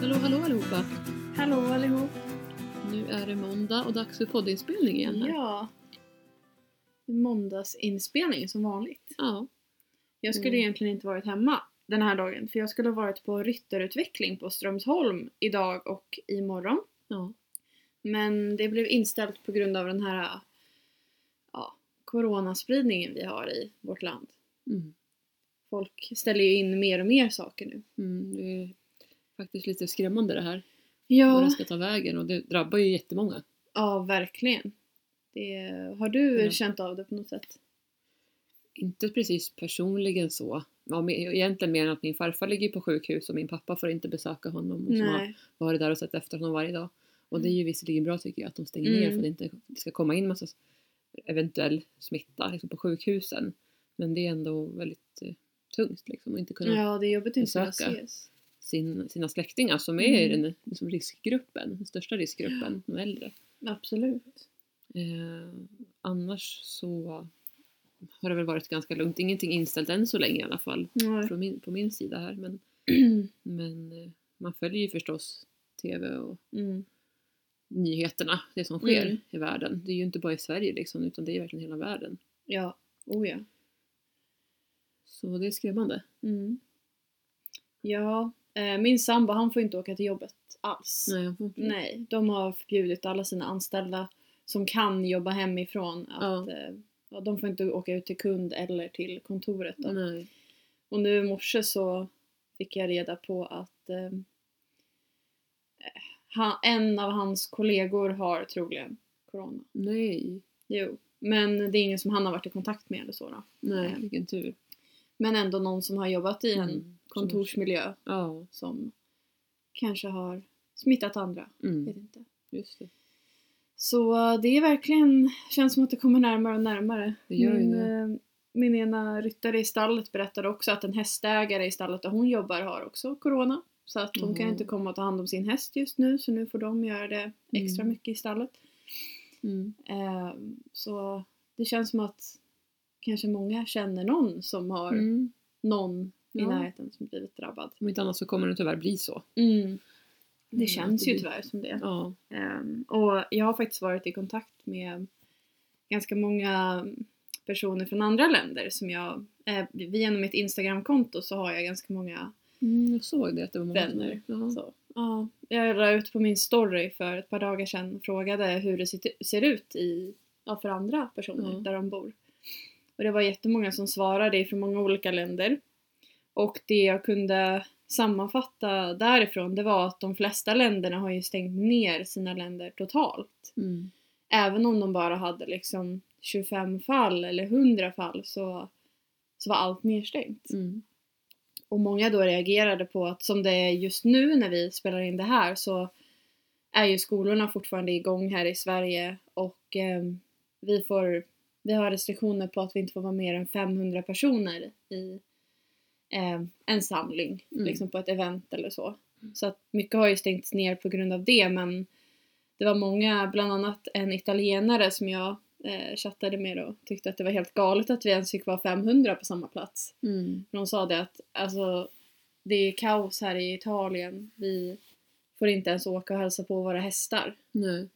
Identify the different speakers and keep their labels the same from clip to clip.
Speaker 1: Hallå allihopa!
Speaker 2: Hallå allihop!
Speaker 1: Nu är det måndag och dags för poddinspelning igen. här.
Speaker 2: Ja. Måndagsinspelning som vanligt.
Speaker 1: ja.
Speaker 2: Jag skulle
Speaker 1: Mm.
Speaker 2: egentligen inte varit hemma den här dagen för jag skulle ha varit på ryttarutveckling på Strömsholm idag och imorgon.
Speaker 1: Ja.
Speaker 2: Men det blev inställt på grund av den här ja, coronaspridningen vi har i vårt land.
Speaker 1: Mm.
Speaker 2: Folk ställer ju in mer och mer saker nu.
Speaker 1: Mm. Det är faktiskt lite skrämmande det här. Var
Speaker 2: Ja,
Speaker 1: det ska ta vägen och det drabbar ju jättemånga.
Speaker 2: ja verkligen. Det, har du
Speaker 1: Ja.
Speaker 2: känt av det på något sätt?
Speaker 1: Inte precis personligen så. Ja, men egentligen mer än att min farfar ligger på sjukhus och min pappa får inte besöka honom. Och som har
Speaker 2: Nej.
Speaker 1: varit där och sett efter honom varje dag. Och det är ju visserligen bra tycker jag att de stänger ner
Speaker 2: Mm.
Speaker 1: för att det inte det ska komma in massa s- eventuell smitta liksom, på sjukhusen. Men det är ändå väldigt eh, tungt liksom att inte kunna
Speaker 2: Ja, det är jobbigt att inte kunna
Speaker 1: Besöka.
Speaker 2: ses.
Speaker 1: sin, sina släktingar som är i
Speaker 2: Mm.
Speaker 1: den liksom, riskgruppen, den största riskgruppen, de äldre.
Speaker 2: Absolut.
Speaker 1: Eh, annars så har det väl varit ganska lugnt, ingenting inställt än så länge i alla fall
Speaker 2: Nej.
Speaker 1: från min, på min sida här. Men, men eh, man följer ju förstås TV och
Speaker 2: Mm.
Speaker 1: nyheterna, det som sker
Speaker 2: Mm.
Speaker 1: i världen. Det är ju inte bara i Sverige liksom, utan det är verkligen hela världen.
Speaker 2: Ja, oh ja.
Speaker 1: Så det är skrämmande.
Speaker 2: Mm. Ja, eh, min sambo han får inte åka till jobbet alls.
Speaker 1: Nej, jag får inte-
Speaker 2: Nej, de har förbjudit alla sina anställda som kan jobba hemifrån att
Speaker 1: Ja.
Speaker 2: eh, ja, de får inte åka ut till kund eller till kontoret. Då.
Speaker 1: Nej.
Speaker 2: Och nu i morse så fick jag reda på att eh, han, en av hans kollegor har troligen corona.
Speaker 1: Nej.
Speaker 2: Jo, men det är ingen som han har varit i kontakt med eller så då.
Speaker 1: Nej,
Speaker 2: Nej.
Speaker 1: vilken tur.
Speaker 2: Men ändå någon som har jobbat i en
Speaker 1: Mm,
Speaker 2: kontorsmiljö
Speaker 1: Ja,
Speaker 2: som kanske har smittat andra.
Speaker 1: mm.
Speaker 2: Vet inte.
Speaker 1: just det.
Speaker 2: Så eh, det är verkligen, känns som att det kommer närmare och närmare.
Speaker 1: Det gör ju
Speaker 2: min,
Speaker 1: det.
Speaker 2: eh, min ena ryttare i stallet berättade också att en hästägare i stallet där hon jobbar har också corona. Så att hon kan
Speaker 1: Jaha.
Speaker 2: inte komma och ta hand om sin häst just nu så nu får de göra det extra
Speaker 1: Mm.
Speaker 2: mycket i stallet.
Speaker 1: Mm.
Speaker 2: Eh, så det känns som att kanske många känner någon som har
Speaker 1: Mm.
Speaker 2: någon i
Speaker 1: Ja.
Speaker 2: närheten som blivit drabbad.
Speaker 1: Om inte annat så kommer det tyvärr bli så.
Speaker 2: Mm. Det
Speaker 1: att
Speaker 2: känns
Speaker 1: det
Speaker 2: ju
Speaker 1: blir-
Speaker 2: tyvärr som det.
Speaker 1: Ja.
Speaker 2: Ehm, och jag har faktiskt varit i kontakt med ganska många personer från andra länder som jag, eh, via mitt Instagramkonto så har jag ganska många
Speaker 1: Mm, jag såg det att det var många som-
Speaker 2: Vänner.
Speaker 1: Ja.
Speaker 2: så. Ja, jag la ut på min story för ett par dagar sedan och frågade hur det sit- ser ut i, ja, för andra personer
Speaker 1: Mm.
Speaker 2: där de bor. Och det var jättemånga som svarade från många olika länder. Och det jag kunde sammanfatta därifrån det var att de flesta länderna har ju stängt ner sina länder totalt.
Speaker 1: Mm.
Speaker 2: Även om de bara hade liksom 25 fall eller 100 fall så, så var allt nedstängt.
Speaker 1: Mm.
Speaker 2: Och många då reagerade på att som det är just nu när vi spelar in det här så är ju skolorna fortfarande igång här i Sverige och eh, vi, får, vi har restriktioner på att vi inte får vara mer än 500 personer i eh, en samling,
Speaker 1: Mm.
Speaker 2: liksom på ett event eller så. Så att mycket har ju stängts ner på grund av det men det var många, bland annat en italienare som jag eh, chattade med då, tyckte att det var helt galet att vi ens fick vara 500 på samma plats.
Speaker 1: Mm.
Speaker 2: För hon sa det att alltså, det är kaos här i Italien. Vi får inte ens åka och hälsa på våra hästar.
Speaker 1: Nej,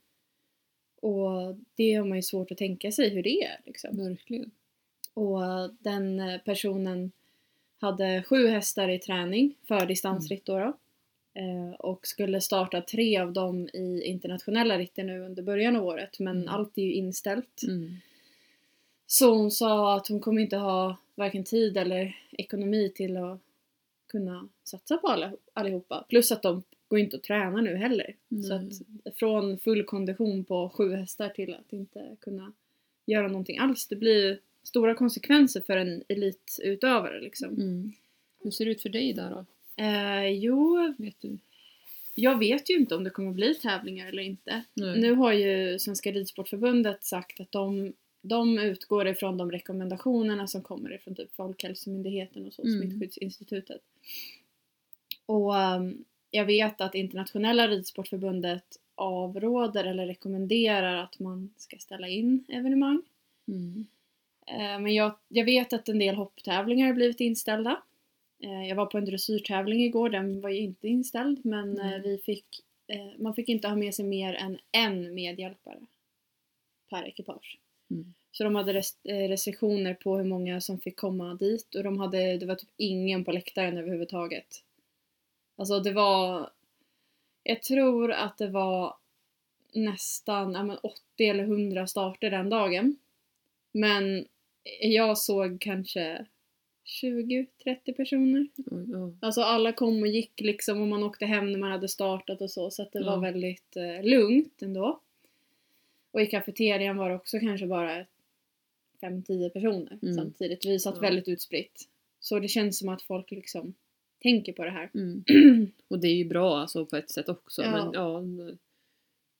Speaker 2: Och det har man ju svårt att tänka sig hur det är. Liksom.
Speaker 1: verkligen.
Speaker 2: Och den eh, personen hade sju hästar i träning för distansritt då, då. Eh, och skulle starta tre av dem i internationella ritter nu under början av året men
Speaker 1: Mm.
Speaker 2: allt är ju inställt.
Speaker 1: Mm.
Speaker 2: Så hon sa att hon kommer inte ha varken tid eller ekonomi till att kunna satsa på alla, allihopa. Plus att de går inte att träna nu heller. Så
Speaker 1: Nej.
Speaker 2: att från full kondition på sju hästar till att inte kunna göra någonting alls. Det blir ju stora konsekvenser för en elitutövare liksom.
Speaker 1: Mm. Hur ser det ut för dig där då?
Speaker 2: Eh, jo,
Speaker 1: Vet du?
Speaker 2: jag vet ju inte om det kommer bli tävlingar eller inte.
Speaker 1: Nej.
Speaker 2: Nu har ju Svenska Ridsportförbundet sagt att de, de utgår ifrån de rekommendationerna som kommer ifrån typ Folkhälsomyndigheten och så,
Speaker 1: Mm.
Speaker 2: Smittskyddsinstitutet. Och ehm, jag vet att Internationella Ridsportförbundet avråder eller rekommenderar att man ska ställa in evenemang.
Speaker 1: Mm.
Speaker 2: Eh, Men jag, jag vet att en del hopptävlingar har blivit inställda. Eh, Jag var på en dressyrtävling igår, den var ju inte inställd men
Speaker 1: Nej.
Speaker 2: eh, vi fick, eh, man fick inte ha med sig mer än en medhjälpare per ekipage.
Speaker 1: Mm.
Speaker 2: Så de hade res- eh, restriktioner på hur många som fick komma dit och de hade, det var typ ingen på läktaren överhuvudtaget. Alltså det var, jag tror att det var nästan ja, men 80 eller 100 starter den dagen. Men jag såg kanske 20-30 personer.
Speaker 1: Oj, ja.
Speaker 2: Alltså alla kom och gick liksom och man åkte hem när man hade startat och så så att det
Speaker 1: Ja.
Speaker 2: var väldigt eh, lugnt ändå. Och i kafeterian var det också kanske bara 5-10 personer
Speaker 1: Mm.
Speaker 2: samtidigt. Vi satt
Speaker 1: Ja.
Speaker 2: väldigt utspritt. Så det känns som att folk liksom tänker på det här.
Speaker 1: Mm. Och det är ju bra alltså på ett sätt också.
Speaker 2: Ja.
Speaker 1: Men ja,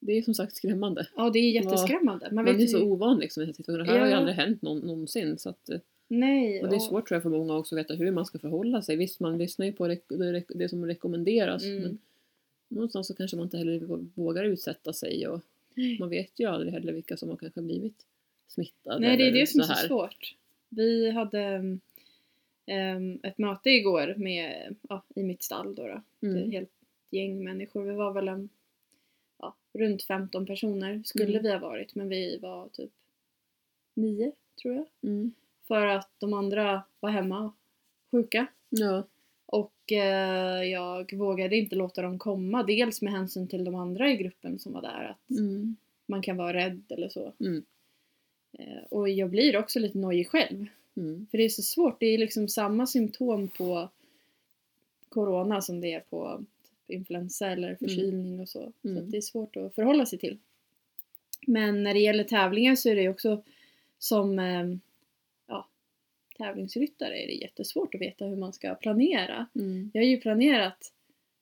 Speaker 1: det är som sagt skrämmande.
Speaker 2: Ja, det är jätteskrämmande. Man
Speaker 1: Man,
Speaker 2: vet
Speaker 1: är så
Speaker 2: ju...
Speaker 1: ovan liksom i den här situationen. Det här har ju
Speaker 2: Ja.
Speaker 1: aldrig hänt någon, någonsin. Så att, eh,
Speaker 2: Nej.
Speaker 1: och det är svårt tror jag för många också att veta hur man ska förhålla sig. Visst, man lyssnar ju på rek- det, rek- det som rekommenderas.
Speaker 2: Mm.
Speaker 1: Men någonstans så kanske man inte heller vå- vågar utsätta sig. Och
Speaker 2: Nej.
Speaker 1: man vet ju aldrig heller vilka som har kanske blivit smittade.
Speaker 2: Nej, det är
Speaker 1: eller
Speaker 2: det som är
Speaker 1: så här.
Speaker 2: så svårt. Vi hade ehm, ett möte igår med, ja, i mitt stall då. då. Det är ett
Speaker 1: Mm.
Speaker 2: helt gäng människor. Vi var väl en, ja, runt 15 personer skulle
Speaker 1: Mm.
Speaker 2: vi ha varit men vi var typ 9 tror jag.
Speaker 1: Mm.
Speaker 2: För att de andra var hemma sjuka.
Speaker 1: Ja.
Speaker 2: Och eh, jag vågade inte låta dem komma. Dels med hänsyn till de andra i gruppen som var där. Att
Speaker 1: Mm.
Speaker 2: man kan vara rädd eller så.
Speaker 1: Mm.
Speaker 2: Eh, och jag blir också lite nojig själv.
Speaker 1: Mm.
Speaker 2: För det är så svårt. Det är liksom samma symptom på corona som det är på typ influensa eller förkylning och så. Så
Speaker 1: Mm.
Speaker 2: att det är svårt att förhålla sig till. Men när det gäller tävlingar så är det ju också som eh, ja, tävlingsryttare är det jättesvårt att veta hur man ska planera.
Speaker 1: Mm.
Speaker 2: Jag har ju planerat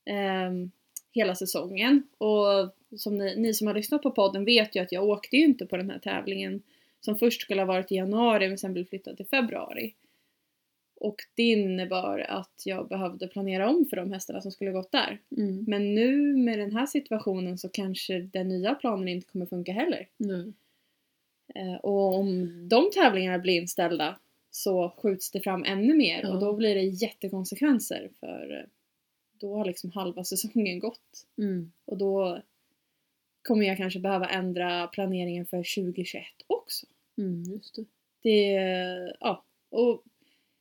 Speaker 2: ehm, hela säsongen och som ni, ni som har lyssnat på podden vet ju att jag åkte ju inte på den här tävlingen som först skulle ha varit i januari men sen blev flyttad till februari. Och det innebar att jag behövde planera om för de hästarna som skulle gått där.
Speaker 1: Mm.
Speaker 2: Men nu med den här situationen så kanske den nya planen inte kommer funka heller.
Speaker 1: Nej.
Speaker 2: Eh, och om de tävlingarna blir inställda så skjuts det fram ännu mer
Speaker 1: Ja.
Speaker 2: och då blir det jättekonsekvenser för eh, då har liksom halva säsongen gått
Speaker 1: Mm.
Speaker 2: och då kommer jag kanske behöva ändra planeringen för 2021 också.
Speaker 1: Mm. Just det.
Speaker 2: Det, eh, ja, och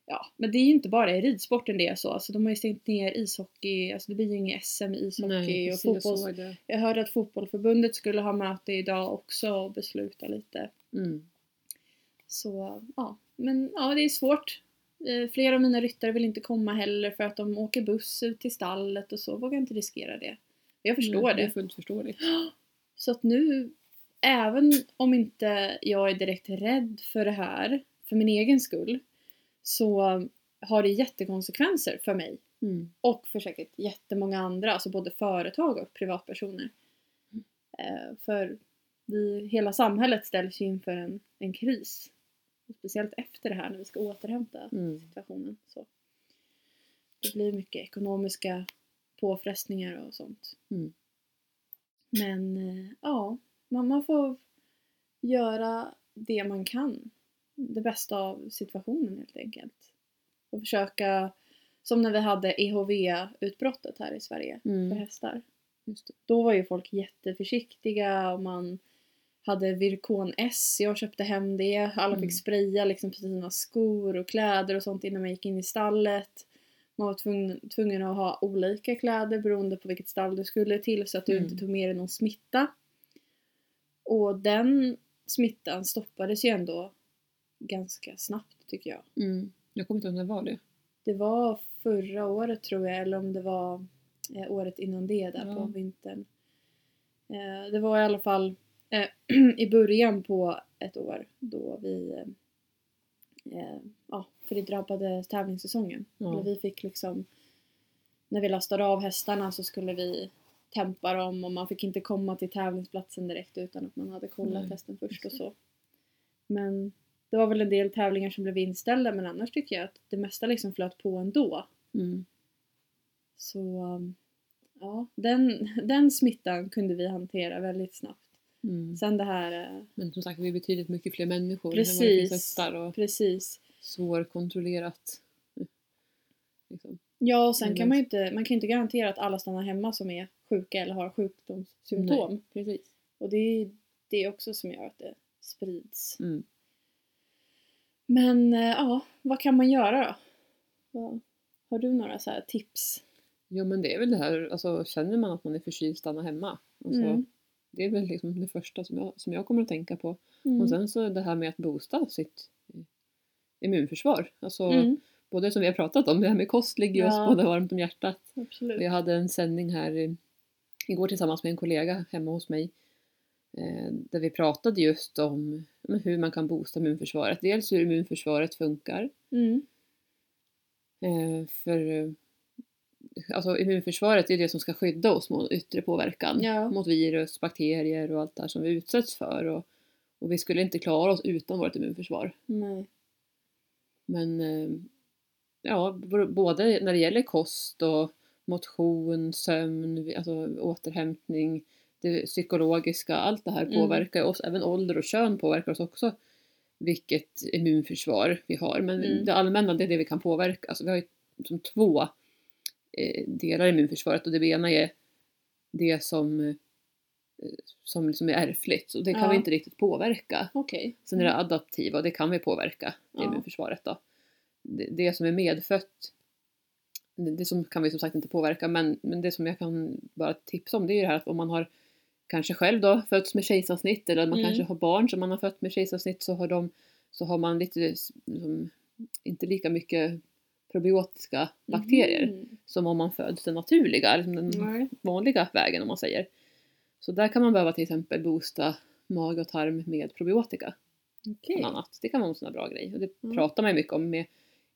Speaker 2: ja, men det är ju inte bara i ridsporten det är så, alltså de har ju stängt ner ishockey, alltså det blir ju inget SM i ishockey
Speaker 1: Nej,
Speaker 2: och
Speaker 1: precis, jag
Speaker 2: fotboll.
Speaker 1: såg det.
Speaker 2: Jag hörde att fotbollförbundet skulle ha möte idag också och besluta lite.
Speaker 1: Mm.
Speaker 2: Så ja, men ja det är svårt. Eh, Flera av mina ryttare vill inte komma heller för att de åker buss ut till stallet och så. Vågar inte riskera det. Jag förstår
Speaker 1: Nej, Det är
Speaker 2: det.
Speaker 1: fullt förståeligt.
Speaker 2: Så att nu, även om inte jag är direkt rädd för det här, för min egen skull, så har det jättekonsekvenser för mig
Speaker 1: Mm.
Speaker 2: och för säkert jättemånga andra, alltså både företag och privatpersoner. Eh, för vi, hela samhället ställs ju inför en, en kris. Och speciellt efter det här när vi ska återhämta
Speaker 1: Mm.
Speaker 2: situationen. Så. Det blir mycket ekonomiska påfrestningar och sånt.
Speaker 1: Mm.
Speaker 2: Men eh, ja, man, man får göra det man kan. Det bästa av situationen helt enkelt. Och försöka, som när vi hade E EHV-utbrottet här i Sverige för
Speaker 1: Mm.
Speaker 2: hästar.
Speaker 1: Just det.
Speaker 2: Då var ju folk jätteförsiktiga och man hade Virkon S, jag köpte hem det. Alla
Speaker 1: Mm.
Speaker 2: fick spraya liksom på sina skor och kläder och sånt innan man gick in i stallet. Man var tvungen, tvungen att ha olika kläder beroende på vilket stall du skulle till så att du
Speaker 1: Mm.
Speaker 2: inte tog med dig någon smitta. Och den smittan stoppades ju ändå ganska snabbt tycker jag.
Speaker 1: Mm. Jag kommer inte ihåg när det var det.
Speaker 2: Det var förra året tror jag, eller om det var eh, året innan det där
Speaker 1: Ja.
Speaker 2: på vintern. Eh, det var i alla fall eh, i början på ett år då vi... eh, Eh, ja, för det drabbade tävlingssäsongen.
Speaker 1: Ja.
Speaker 2: Men vi fick liksom... När vi lastade av hästarna så skulle vi tempa dem och man fick inte komma till tävlingsplatsen direkt utan att man hade kollat
Speaker 1: Nej,
Speaker 2: hästen först och
Speaker 1: just
Speaker 2: så. Men det var väl en del tävlingar som blev inställda men annars tycker jag att det mesta liksom flöt på ändå.
Speaker 1: Mm.
Speaker 2: Så um, ja, den, den smittan kunde vi hantera väldigt snabbt.
Speaker 1: Mm.
Speaker 2: Sen det här, eh,
Speaker 1: Men som sagt, vi är betydligt mycket fler människor än vad det
Speaker 2: Precis.
Speaker 1: finns hästar och
Speaker 2: precis.
Speaker 1: svårkontrollerat. eh, Liksom.
Speaker 2: Ja, och sen
Speaker 1: Mm.
Speaker 2: kan man ju inte, man kan ju inte garantera att alla stannar hemma som är sjuka eller har sjukdomssymptom.
Speaker 1: Precis.
Speaker 2: Och det är ju det också som gör att det sprids.
Speaker 1: Mm.
Speaker 2: Men eh, ja, vad kan man göra då? Vad, har du några så här tips?
Speaker 1: Ja men det är väl det här, alltså känner man att man är förkyld, stanna hemma. Och så,
Speaker 2: Mm.
Speaker 1: Det är väl liksom det första som jag, som jag kommer att tänka på.
Speaker 2: Mm.
Speaker 1: Och sen så det här med att boosta sitt eh, immunförsvar. Alltså
Speaker 2: mm.
Speaker 1: både som vi har pratat om, det här med kost ligger ju
Speaker 2: Ja.
Speaker 1: oss båda varmt om hjärtat. Och
Speaker 2: Absolut.
Speaker 1: jag hade en sändning här eh, igår tillsammans med en kollega hemma hos mig. eh, Där vi pratade just om ja, men hur man kan boosta immunförsvaret. Dels hur immunförsvaret funkar.
Speaker 2: Mm.
Speaker 1: eh, För eh, alltså immunförsvaret är det som ska skydda oss mot yttre påverkan.
Speaker 2: Ja.
Speaker 1: Mot virus, bakterier och allt det här som vi utsätts för. Och, och vi skulle inte klara oss utan vårt immunförsvar.
Speaker 2: Nej.
Speaker 1: Men eh, ja, b- både när det gäller kost och motion, sömn, vi- alltså återhämtning, det psykologiska, allt det här
Speaker 2: Mm.
Speaker 1: påverkar oss. Även ålder och kön påverkar oss också vilket immunförsvar vi har. Men
Speaker 2: Mm.
Speaker 1: det allmänna, det är det vi kan påverka. Alltså vi har ju som två eh, delar i immunförsvaret och det ena är det som, eh, som liksom är ärftligt och det kan
Speaker 2: Ja.
Speaker 1: vi inte riktigt påverka.
Speaker 2: Okej.
Speaker 1: Sen är det adaptiva och det kan vi påverka i
Speaker 2: Mm. Ja.
Speaker 1: immunförsvaret då. Det, det som är medfött, det, det som kan vi som sagt inte påverka men, men det som jag kan bara tipsa om det är ju det här att om man har kanske själv då fötts med kejsarsnitt eller man
Speaker 2: Mm.
Speaker 1: kanske har barn som man har fött med kejsarsnitt så har, de, så har man lite, s- liksom, inte lika mycket probiotiska bakterier
Speaker 2: Mm.
Speaker 1: som om man föds den naturliga, liksom den
Speaker 2: Nej.
Speaker 1: vanliga vägen om man säger. Så där kan man behöva till exempel boosta mag och tarm med probiotika
Speaker 2: Okej.
Speaker 1: bland annat. Det kan vara en sån här bra grej. Och det
Speaker 2: Mm.
Speaker 1: pratar man ju mycket om med,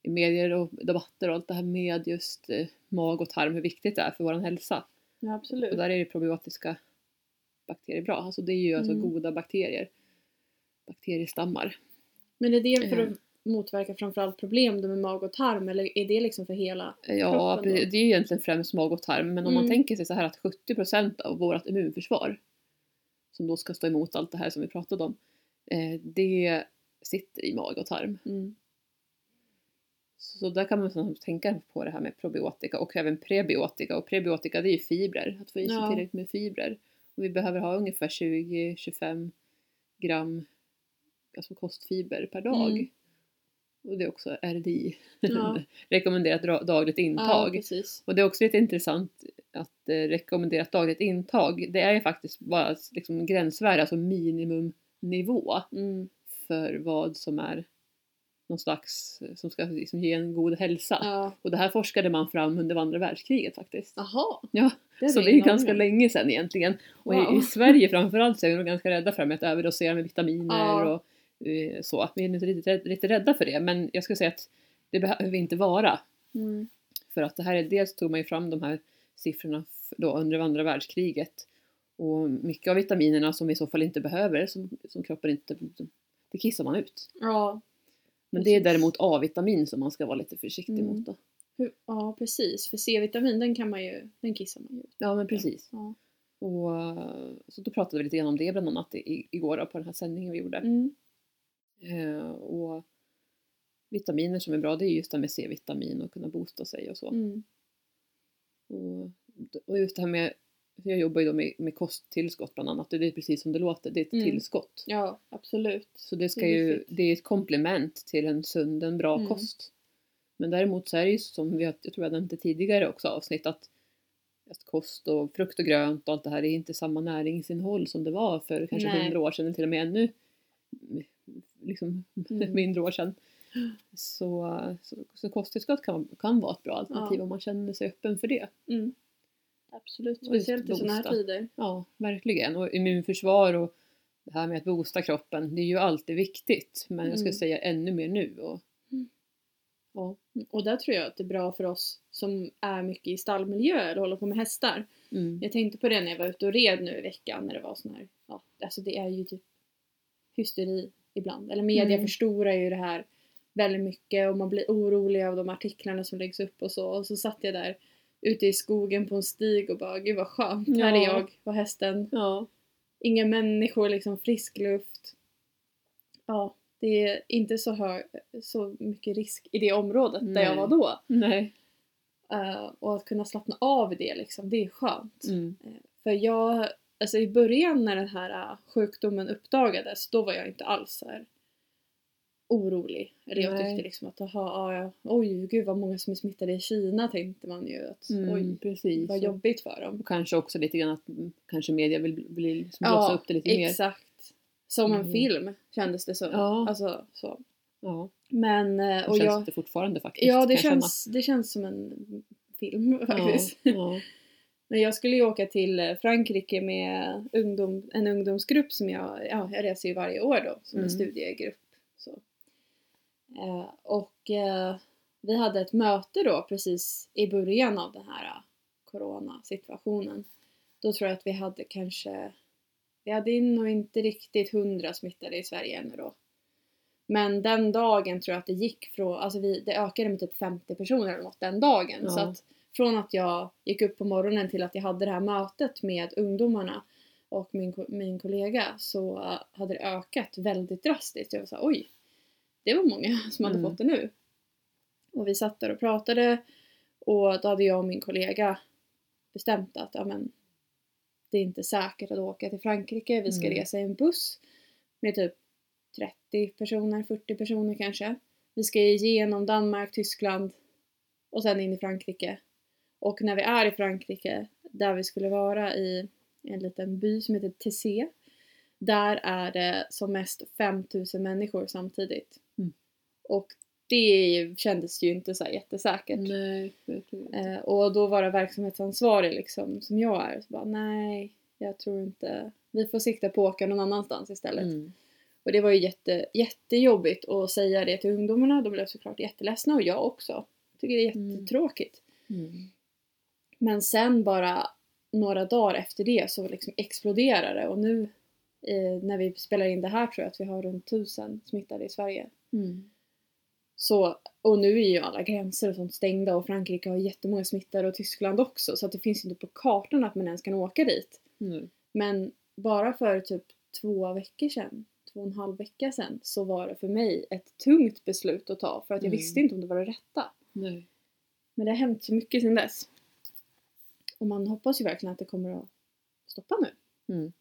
Speaker 1: i medier och debatter och allt det här med just eh, mag och tarm, hur viktigt det är för vår hälsa.
Speaker 2: Ja, absolut.
Speaker 1: Och där är det probiotiska bakterier bra. Alltså det är ju alltså
Speaker 2: Mm.
Speaker 1: goda bakterier. Bakteriestammar.
Speaker 2: Men är det för
Speaker 1: Eh.
Speaker 2: att motverka framförallt problem då med mag och tarm eller är det liksom för hela?
Speaker 1: Eh, Ja,
Speaker 2: Kroppen då?
Speaker 1: det det är ju egentligen främst mag och tarm. Men om man
Speaker 2: Mm.
Speaker 1: tänker sig så här att 70% av vårt immunförsvar som då ska stå emot allt det här som vi pratade om. Eh, det sitter i mag och tarm.
Speaker 2: Mm.
Speaker 1: Så där kan man liksom tänka på det här med probiotika och även prebiotika. Och prebiotika det är ju fibrer, att få i sig
Speaker 2: Ja.
Speaker 1: tillräckligt med fibrer. Och vi behöver ha ungefär 20-25 gram alltså kostfiber per dag.
Speaker 2: Mm.
Speaker 1: Och det är också RDI,
Speaker 2: Ja.
Speaker 1: rekommenderat dra- dagligt
Speaker 2: ja,
Speaker 1: intag.
Speaker 2: precis.
Speaker 1: och det är också lite intressant att eh, rekommenderat dagligt intag, det är ju faktiskt bara liksom gränsvärde, alltså minimumnivå
Speaker 2: Mm.
Speaker 1: för vad som är någon slags, som ska liksom ge en god hälsa.
Speaker 2: Ja.
Speaker 1: Och det här forskade man fram under andra världskriget faktiskt.
Speaker 2: Jaha.
Speaker 1: Ja,
Speaker 2: hade
Speaker 1: så
Speaker 2: jag
Speaker 1: det är ju
Speaker 2: ingen
Speaker 1: ganska
Speaker 2: aning om.
Speaker 1: länge sedan egentligen. Och i,
Speaker 2: Wow.
Speaker 1: i Sverige framförallt så är vi nog ganska rädda för att överdosera med vitaminer
Speaker 2: Ja.
Speaker 1: och eh, så. Vi är nog lite, rädd- lite rädda för det, men jag skulle säga att det behöver vi inte vara.
Speaker 2: Mm.
Speaker 1: För att det här är, dels tog man ju fram de här siffrorna f- då under andra världskriget. Och mycket av vitaminerna som vi i så fall inte behöver, som, som kroppen inte... Det kissar man ut.
Speaker 2: Ja.
Speaker 1: Men det är
Speaker 2: Precis.
Speaker 1: däremot A-vitamin som man ska vara lite försiktig
Speaker 2: Mm.
Speaker 1: mot då.
Speaker 2: Hur, ja, precis. För C-vitamin den kan man ju, den kissar man ju ut.
Speaker 1: Ja men precis.
Speaker 2: Ja.
Speaker 1: Och, eh, så då pratade vi lite grann om det bland annat i, igår då, på den här sändningen vi gjorde.
Speaker 2: Mm.
Speaker 1: Eh, och vitaminer som är bra det är just det här med C-vitamin och kunna boosta sig och så.
Speaker 2: Mm.
Speaker 1: Och, och just det här med, för jag jobbar ju då med, med kosttillskott bland annat och det är precis som det låter, det är ett
Speaker 2: Mm.
Speaker 1: tillskott.
Speaker 2: Ja, absolut.
Speaker 1: Så det, ska
Speaker 2: Det är
Speaker 1: ju,
Speaker 2: viktigt.
Speaker 1: det är ett komplement till en sund, en bra
Speaker 2: Mm.
Speaker 1: kost. Men däremot så är det ju som vi har, jag tror jag nämnde tidigare också avsnitt att att kost och frukt och grönt och allt det här är inte samma näringsinnehåll som det var för kanske
Speaker 2: Nej.
Speaker 1: hundra år sedan eller till och med ännu mm, liksom,
Speaker 2: Mm.
Speaker 1: mindre år sedan. Så, så, så kosttillskott kan, kan vara ett bra alternativ
Speaker 2: Ja.
Speaker 1: om man känner sig öppen för det.
Speaker 2: Mm. Absolut.
Speaker 1: Och just
Speaker 2: Speciellt i sådana här
Speaker 1: boosta.
Speaker 2: tider.
Speaker 1: Ja, verkligen. Och immunförsvar och det här med att boosta kroppen, det är ju alltid viktigt. Men jag skulle
Speaker 2: Mm.
Speaker 1: säga ännu mer nu. Och,
Speaker 2: Mm.
Speaker 1: ja.
Speaker 2: Och där tror jag att det är bra för oss som är mycket i stallmiljö eller håller på med hästar.
Speaker 1: Mm.
Speaker 2: Jag tänkte på det när jag var ute och red nu i veckan när det var sån här, ja, alltså det är ju typ hysteri ibland. Eller media
Speaker 1: Mm.
Speaker 2: förstorar ju det här väldigt mycket och man blir orolig av de artiklarna som läggs upp och så. Och så satt jag där ute i skogen på en stig och bara, gud vad skönt, här
Speaker 1: Ja.
Speaker 2: är jag och hästen.
Speaker 1: ja.
Speaker 2: Inga människor, liksom frisk luft. Ja, det är inte så, hö- så mycket risk i det området där jag
Speaker 1: Nej.
Speaker 2: var då.
Speaker 1: Nej.
Speaker 2: Eh, och att kunna slappna av i det liksom, det är skönt.
Speaker 1: Mm.
Speaker 2: För jag, alltså i början när den här eh, sjukdomen uppdagades, då var jag inte alls så här orolig. Eller jag
Speaker 1: Nej.
Speaker 2: tyckte liksom att, aha, ah, ja, oj gud vad många som är smittade i Kina tänkte man ju att,
Speaker 1: Mm,
Speaker 2: oj
Speaker 1: precis.
Speaker 2: vad jobbigt för dem.
Speaker 1: Och kanske också lite grann att mm, kanske media vill bli- bli, liksom blåsa upp det lite mer.
Speaker 2: exakt. Som en
Speaker 1: Mm.
Speaker 2: film kändes det som.
Speaker 1: Ja.
Speaker 2: Alltså, så.
Speaker 1: Ja,
Speaker 2: Men, eh,
Speaker 1: det
Speaker 2: och
Speaker 1: känns
Speaker 2: jag,
Speaker 1: det fortfarande faktiskt.
Speaker 2: ja
Speaker 1: kan
Speaker 2: det
Speaker 1: jag känna.
Speaker 2: känns, det känns som en film
Speaker 1: Ja,
Speaker 2: faktiskt.
Speaker 1: ja.
Speaker 2: Men jag skulle ju åka till eh, Frankrike med ungdom, en ungdomsgrupp som jag, ja, jag reser ju varje år då som
Speaker 1: Mm.
Speaker 2: en studiegrupp. Så. Eh, och eh, vi hade ett möte då precis i början av den här eh, coronasituationen. Då tror jag att vi hade kanske, vi hade nog inte riktigt hundra smittade i Sverige ännu då. Men den dagen tror jag att det gick från, alltså vi, det ökade med typ 50 personer eller något den dagen. Så
Speaker 1: Ja.
Speaker 2: att från att jag gick upp på morgonen till att jag hade det här mötet med ungdomarna och min, ko- min kollega så eh, hade det ökat väldigt drastiskt. Jag var såhär, oj, det var många som hade
Speaker 1: Mm.
Speaker 2: fått det nu. Och vi satt där och pratade och då hade jag och min kollega bestämt att ja, men, det är inte säkert att åka till Frankrike. Vi ska
Speaker 1: Mm.
Speaker 2: resa i en buss med typ 30 personer, 40 personer kanske. Vi ska igenom Danmark, Tyskland och sen in i Frankrike. Och när vi är i Frankrike, där vi skulle vara i en liten by som heter Tessé, där är det som mest 5000 människor samtidigt.
Speaker 1: Mm.
Speaker 2: Och det kändes ju inte så här jättesäkert.
Speaker 1: Nej, jag tror Mm. inte.
Speaker 2: Eh, och då var det verksamhetsansvarig liksom, som jag är. Så bara, nej, jag tror inte. Vi får sikta på att åka någon annanstans istället.
Speaker 1: Mm.
Speaker 2: Och det var ju jätte, jättejobbigt att säga det till ungdomarna. De blev såklart jätteledsna och jag också. Tycker det är
Speaker 1: Mm.
Speaker 2: jättetråkigt.
Speaker 1: Mm.
Speaker 2: Men sen bara några dagar efter det så liksom exploderade det och nu eh, när vi spelar in det här tror jag att vi har runt tusen smittade i Sverige.
Speaker 1: Mm.
Speaker 2: Så, och nu är ju alla gränser och sånt stängda och Frankrike har jättemånga smittade och Tyskland också så att det finns inte på kartan att man ens kan åka dit.
Speaker 1: Mm.
Speaker 2: Men bara för typ två veckor sedan, två och en halv vecka sedan, så var det för mig ett tungt beslut att ta för att jag
Speaker 1: Mm.
Speaker 2: visste inte om det var det rätta.
Speaker 1: Nej.
Speaker 2: Men det har hänt så mycket sedan dess. Och man hoppas ju verkligen att det kommer att stoppa nu.
Speaker 1: Mm.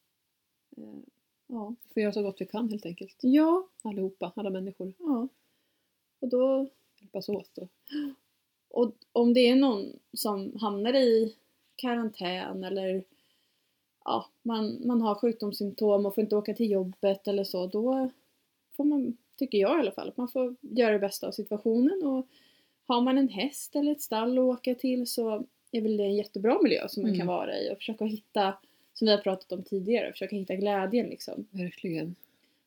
Speaker 2: Eh, Ja.
Speaker 1: Vi får göra så gott vi kan helt enkelt.
Speaker 2: Ja.
Speaker 1: Allihopa, alla människor.
Speaker 2: ja. Och då
Speaker 1: Hjälpas åt. Och...
Speaker 2: Och om det är någon som hamnar i karantän eller ja, man, man har sjukdomssymptom och får inte åka till jobbet eller så, då får man, tycker jag i alla fall, att man får göra det bästa av situationen och har man en häst eller ett stall att åka till så är väl det en jättebra miljö som man
Speaker 1: Mm.
Speaker 2: kan vara i och försöka hitta, som vi har pratat om tidigare, försöka hitta glädjen liksom.
Speaker 1: Verkligen.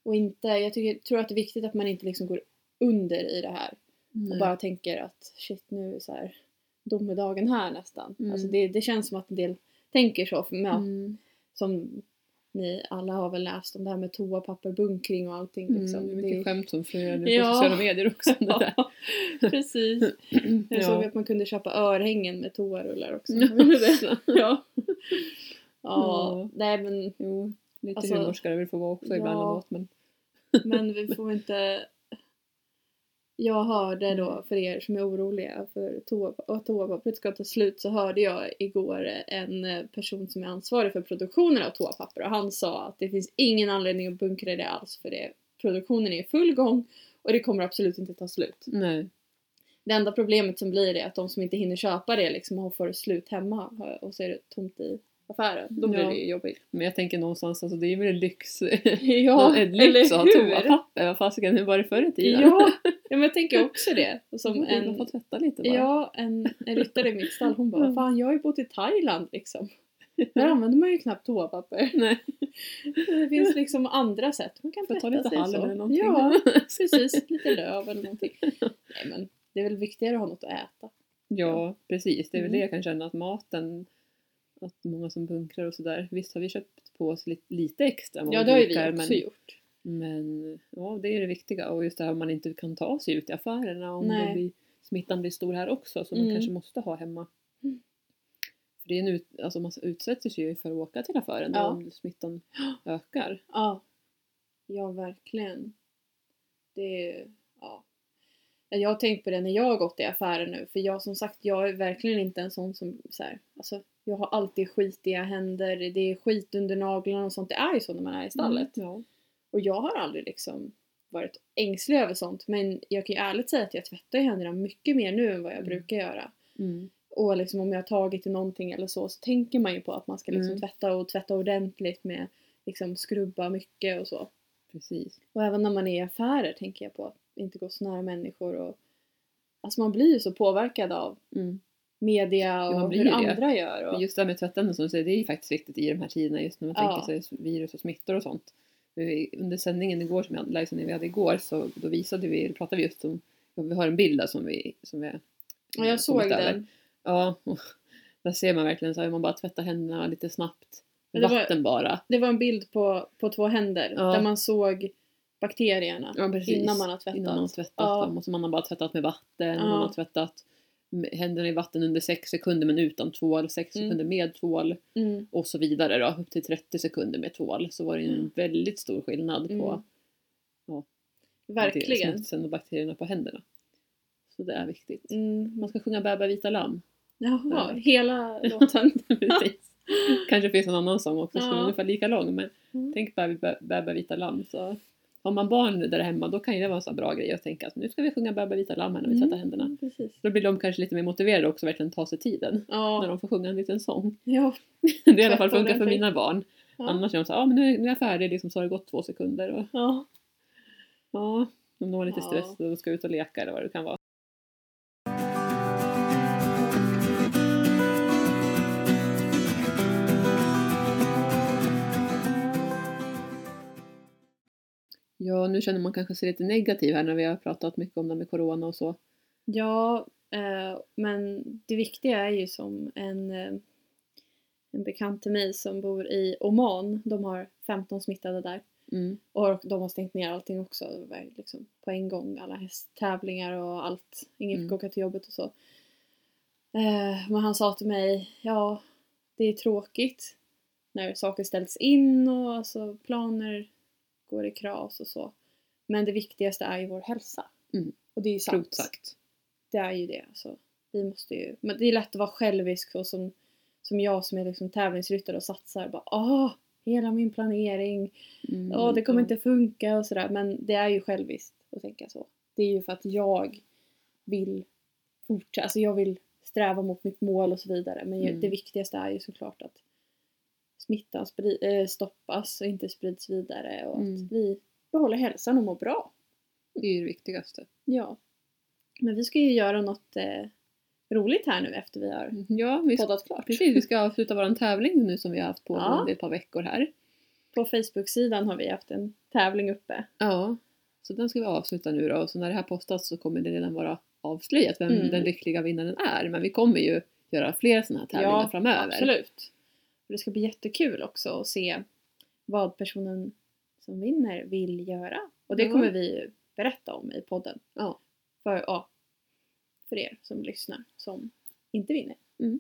Speaker 2: Och inte, jag tycker, tror att det är viktigt att man inte liksom går under i det här
Speaker 1: Mm.
Speaker 2: och bara tänker att shit nu är så här domedagen här nästan.
Speaker 1: Mm.
Speaker 2: Alltså det, det känns som att en del tänker så. För ja,
Speaker 1: Mm.
Speaker 2: Som ni alla har väl läst om det här med toapapper, bunkring och allting. Liksom.
Speaker 1: Mm. Mycket
Speaker 2: det,
Speaker 1: skämt som florerar nu på
Speaker 2: Ja.
Speaker 1: sociala medier också. om Det där.
Speaker 2: ja, precis. Jag såg
Speaker 1: Ja.
Speaker 2: att man kunde köpa örhängen med toarullar också.
Speaker 1: Jaså.
Speaker 2: ja. ja,
Speaker 1: Ja.
Speaker 2: nej men,
Speaker 1: Jo, lite
Speaker 2: Alltså,
Speaker 1: humor ska det väl få vara också ibland
Speaker 2: ja.
Speaker 1: emellanåt. Men...
Speaker 2: men vi får inte... Jag hörde då, för er som är oroliga för toa- att toapappret ska ta slut, så hörde jag igår en eh, person som är ansvarig för produktionen av toapapper och han sa att det finns ingen anledning att bunkra det alls för det. Produktionen är i full gång och det kommer absolut inte ta slut.
Speaker 1: Nej.
Speaker 2: Det enda problemet som blir är att de som inte hinner köpa det liksom och får slut hemma eh, och så är det tomt i affären. Då blir
Speaker 1: Ja.
Speaker 2: det ju jobbigt.
Speaker 1: Men jag tänker någonstans, alltså det är väl en lyx.
Speaker 2: Ja,
Speaker 1: en lyx att ha toapapper. Vad fasiken, hur var det förr i tiden?
Speaker 2: Ja, ja, men jag tänker också det. Och Som
Speaker 1: Man
Speaker 2: en,
Speaker 1: får tvätta lite bara.
Speaker 2: ja, en, en ryttare i mitt stall, hon bara
Speaker 1: Mm.
Speaker 2: Fan, jag har ju bott i Thailand liksom. Där använder man ju knappt toapapper.
Speaker 1: Nej.
Speaker 2: Det finns liksom andra sätt. Man kan
Speaker 1: Får jag
Speaker 2: tvätta
Speaker 1: ta lite
Speaker 2: sig
Speaker 1: halm
Speaker 2: så.
Speaker 1: eller någonting?
Speaker 2: Ja, precis. Lite löv eller någonting. Nej, men det är väl viktigare att ha något att äta.
Speaker 1: Ja, precis. Det är väl
Speaker 2: Mm.
Speaker 1: det jag kan känna att maten, att många som bunkrar och sådär. Visst har vi köpt på oss lite, lite extra än vad
Speaker 2: Ja,
Speaker 1: vi
Speaker 2: det har ju vi
Speaker 1: brukar,
Speaker 2: också
Speaker 1: men,
Speaker 2: gjort.
Speaker 1: men ja, det är det viktiga. Och just det här om man inte kan ta sig ut i affärerna om det
Speaker 2: Nej.
Speaker 1: blir, smittan blir stor här också som man
Speaker 2: Mm.
Speaker 1: kanske måste ha hemma.
Speaker 2: Mm.
Speaker 1: För det är en ut, alltså man utsätter sig ju för att åka till affären
Speaker 2: Ja.
Speaker 1: om smittan ökar.
Speaker 2: Ja. Ja, verkligen. Det är, ja. Jag har tänkt på det när jag har gått i affären nu, för jag som sagt, jag är verkligen inte en sån som så här, alltså, jag har alltid skitiga händer, det är skit under naglarna och sånt. Det är ju så när man är i stallet.
Speaker 1: Mm, Ja.
Speaker 2: Och jag har aldrig liksom varit ängslig över sånt, men jag kan ju ärligt säga att jag tvättar ju händerna mycket mer nu än vad jag
Speaker 1: Mm.
Speaker 2: brukar göra.
Speaker 1: Mm.
Speaker 2: Och liksom om jag har tagit i någonting eller så, så tänker man ju på att man ska liksom
Speaker 1: Mm.
Speaker 2: tvätta och tvätta ordentligt med liksom skrubba mycket och så.
Speaker 1: Precis.
Speaker 2: Och även när man är i affärer tänker jag på att inte gå så nära människor och... Alltså man blir ju så påverkad av
Speaker 1: Mm.
Speaker 2: media och
Speaker 1: man blir
Speaker 2: hur
Speaker 1: det.
Speaker 2: andra gör och...
Speaker 1: Men just det här med tvätten som du säger, det är ju faktiskt viktigt i de här tiderna just när man
Speaker 2: Ja.
Speaker 1: tänker sig virus och smittor och sånt. Vi- Under sändningen igår, som jag, livesändningen vi hade igår, så då visade vi, pratade vi just om, vi har en bild där som vi, som vi
Speaker 2: ja, jag såg
Speaker 1: kommit över.
Speaker 2: den.
Speaker 1: Ja, och där ser man verkligen så här, man bara tvättar händerna lite snabbt.
Speaker 2: Ja, det var-
Speaker 1: Vatten bara.
Speaker 2: Det var en bild på, på två händer
Speaker 1: Ja.
Speaker 2: där man såg bakterierna
Speaker 1: Ja, precis.
Speaker 2: innan man har tvättat.
Speaker 1: Innan man har tvättat
Speaker 2: Ja.
Speaker 1: dem. Och så man har bara tvättat med vatten. och Man
Speaker 2: Ja.
Speaker 1: har tvättat med händerna i vatten under 6 sekunder men utan tvål. 6
Speaker 2: Mm.
Speaker 1: sekunder med tvål.
Speaker 2: Mm.
Speaker 1: Och så vidare då. Upp till 30 sekunder med tvål. Så var det ju en
Speaker 2: Mm.
Speaker 1: väldigt stor skillnad på
Speaker 2: Mm.
Speaker 1: Ja.
Speaker 2: Verkligen.
Speaker 1: smutsen och bakterierna på händerna. Så det är viktigt.
Speaker 2: Mm.
Speaker 1: Man ska sjunga Bä bä vita lamm.
Speaker 2: Jaha,
Speaker 1: Ja.
Speaker 2: hela låten.
Speaker 1: Precis. Kanske finns en annan sång också som
Speaker 2: Ja.
Speaker 1: är ungefär lika lång. Men
Speaker 2: Mm.
Speaker 1: tänk Bä bä- bä bä vita lamm. Så har man barn där hemma då kan ju det vara en sån bra grej att tänka att nu ska vi sjunga Bä bä vita lamm här när vi
Speaker 2: Mm.
Speaker 1: tvättar händerna.
Speaker 2: Precis.
Speaker 1: Då blir de kanske lite mer motiverade också att verkligen ta sig tiden. När
Speaker 2: Ja,
Speaker 1: de får sjunga en liten sång.
Speaker 2: ja.
Speaker 1: Det har i alla fall
Speaker 2: Tvätta
Speaker 1: funkat för
Speaker 2: ordentligt.
Speaker 1: mina barn.
Speaker 2: typ. Ja.
Speaker 1: Annars är de så här, ah, men nu, nu är jag färdig, liksom, så har det gått två sekunder. Och,
Speaker 2: ja.
Speaker 1: ja, om de har lite
Speaker 2: Ja.
Speaker 1: stress och de ska ut och leka eller vad det kan vara. Ja, nu känner man kanske sig lite negativ här när vi har pratat mycket om det här med corona och så.
Speaker 2: Ja, eh, men det viktiga är ju som en, eh, en bekant till mig som bor i Oman, de har 15 smittade där
Speaker 1: Mm.
Speaker 2: och de har stängt ner allting också väl, liksom, på en gång, alla hästtävlingar och allt, ingen fick
Speaker 1: Mm.
Speaker 2: åka till jobbet och så. Eh, men han sa till mig, ja det är tråkigt när saker ställs in och alltså, planer går i kras och så. Men det viktigaste är ju vår hälsa.
Speaker 1: Mm.
Speaker 2: Och det är ju sant
Speaker 1: Klokt sagt.
Speaker 2: det är ju det. Alltså. Vi måste ju, men det är lätt att vara självisk och som, som jag som är liksom tävlingsryttare och satsar. Bara, Åh, hela min planering.
Speaker 1: Mm,
Speaker 2: Åh, det kommer
Speaker 1: ja.
Speaker 2: inte funka och sådär. Men det är ju själviskt att tänka så. Det är ju för att jag vill fortsätta. Alltså jag vill sträva mot mitt mål och så vidare. Men ju,
Speaker 1: Mm.
Speaker 2: det viktigaste är ju såklart att smittan spri- eh, stoppas och inte sprids vidare. Och
Speaker 1: Mm.
Speaker 2: att vi behåller hälsan och mår bra.
Speaker 1: Det är ju det viktigaste.
Speaker 2: Ja. Men vi ska ju göra något eh, roligt här nu efter vi har
Speaker 1: Ja, vi ska,
Speaker 2: poddat klart.
Speaker 1: Mm. precis. Vi ska avsluta vår tävling nu som vi har haft på
Speaker 2: Ja.
Speaker 1: under ett par veckor här.
Speaker 2: På Facebook-sidan har vi haft en tävling uppe.
Speaker 1: Ja. Så den ska vi avsluta nu då. Och så när det här postas så kommer det redan vara avslöjat vem
Speaker 2: Mm.
Speaker 1: den lyckliga vinnaren är. Men vi kommer ju göra fler sådana här tävlingar
Speaker 2: Ja,
Speaker 1: framöver.
Speaker 2: Absolut. Och det ska bli jättekul också att se vad personen som vinner vill göra. Och det
Speaker 1: Ja.
Speaker 2: kommer vi ju berätta om i podden.
Speaker 1: Ja.
Speaker 2: För, ja, för er som lyssnar som inte vinner.
Speaker 1: Mm.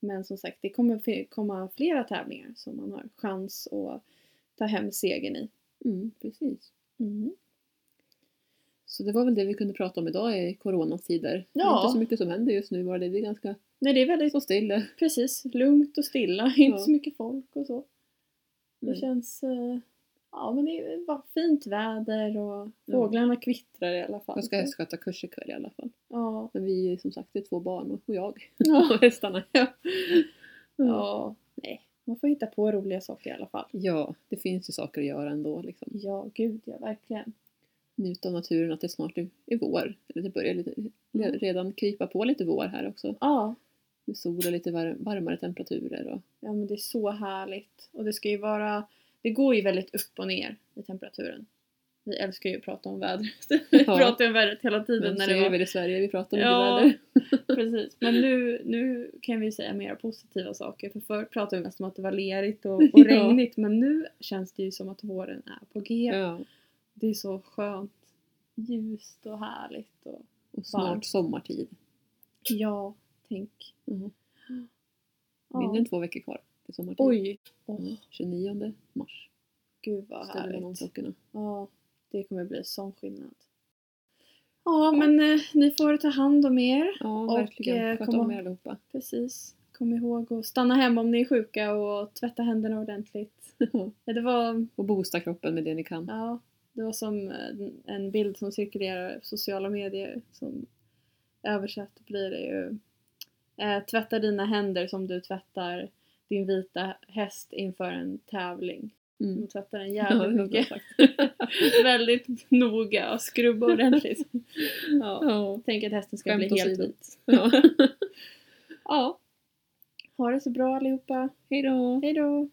Speaker 2: Men som sagt, det kommer fi- komma flera tävlingar som man har chans att ta hem segern i.
Speaker 1: Mm, precis.
Speaker 2: Mm.
Speaker 1: Så det var väl det vi kunde prata om idag i coronatider. Det är
Speaker 2: Ja.
Speaker 1: inte så mycket som händer just nu bara det. Det är ganska
Speaker 2: Nej, det är väldigt
Speaker 1: så still.
Speaker 2: Precis, lugnt och stilla, inte
Speaker 1: Ja.
Speaker 2: så mycket folk och så. Det
Speaker 1: Nej.
Speaker 2: känns... eh, Ja men det var fint väder och fåglarna kvittrar i alla fall.
Speaker 1: Jag ska
Speaker 2: Så-
Speaker 1: hästsköta kurs ikväll i alla fall.
Speaker 2: ja.
Speaker 1: Men vi är ju som sagt det är två barn och och jag.
Speaker 2: Ja.
Speaker 1: Och hästarna. Ja. Mm.
Speaker 2: ja, nej. Man får hitta på roliga saker i alla fall.
Speaker 1: ja, det finns ju saker att göra ändå liksom.
Speaker 2: Ja, gud ja, verkligen.
Speaker 1: njuta av naturen att det snart är, är vår. Eller det börjar lite,
Speaker 2: Mm.
Speaker 1: redan krypa på lite vår här också.
Speaker 2: Ja.
Speaker 1: Med sol och lite var, varmare temperaturer. Och,
Speaker 2: ja, men det är så härligt. Och det ska ju vara... Det går ju väldigt upp och ner i temperaturen. Vi älskar ju att prata om vädret. Vi
Speaker 1: Ja.
Speaker 2: pratar ju om vädret hela tiden
Speaker 1: men
Speaker 2: när
Speaker 1: så
Speaker 2: det
Speaker 1: är
Speaker 2: var
Speaker 1: det väl i Sverige vi pratar om det
Speaker 2: Ja.
Speaker 1: väder.
Speaker 2: Precis, men nu, nu kan vi ju säga mer positiva saker. För förr pratade vi mest om att det var lerigt och, och
Speaker 1: Ja.
Speaker 2: regnigt. Men nu känns det ju som att våren är på G.
Speaker 1: Ja.
Speaker 2: Det är så skönt. Ljust och härligt. Och,
Speaker 1: Och snart
Speaker 2: Varmt.
Speaker 1: sommartid.
Speaker 2: ja, tänk.
Speaker 1: Mhm. Mindre
Speaker 2: Ja.
Speaker 1: än två veckor kvar till sommartid.
Speaker 2: Oj!
Speaker 1: Ja, 29 mars
Speaker 2: Gud vad
Speaker 1: Mm. ställer man om
Speaker 2: härligt.
Speaker 1: klockorna.
Speaker 2: Ja, det kommer bli sån skillnad. Ja, Ja, men eh, ni får ta hand om er.
Speaker 1: Ja,
Speaker 2: Och, eh,
Speaker 1: verkligen. Sköt
Speaker 2: kom
Speaker 1: om
Speaker 2: och-
Speaker 1: er allihopa.
Speaker 2: Precis. Kom ihåg att stanna hemma om ni är sjuka och tvätta händerna ordentligt. Ja, det var,
Speaker 1: och boosta kroppen med det ni kan.
Speaker 2: ja, det var som en- en bild som cirkulerar på sociala medier som översatt blir det ju eh, Tvätta dina händer som du tvättar din vita häst inför en tävling.
Speaker 1: Mm.
Speaker 2: Du tvättar den
Speaker 1: Ja, det
Speaker 2: jävligt
Speaker 1: var bra
Speaker 2: mycket.
Speaker 1: sagt.
Speaker 2: Väldigt noga och skrubba ordentligt. Ja.
Speaker 1: Ja.
Speaker 2: Tänk att hästen ska
Speaker 1: Skämt
Speaker 2: bli helt
Speaker 1: åsido.
Speaker 2: vit.
Speaker 1: Ja.
Speaker 2: Ja. Ha det så bra allihopa.
Speaker 1: Hej då!
Speaker 2: Hej då!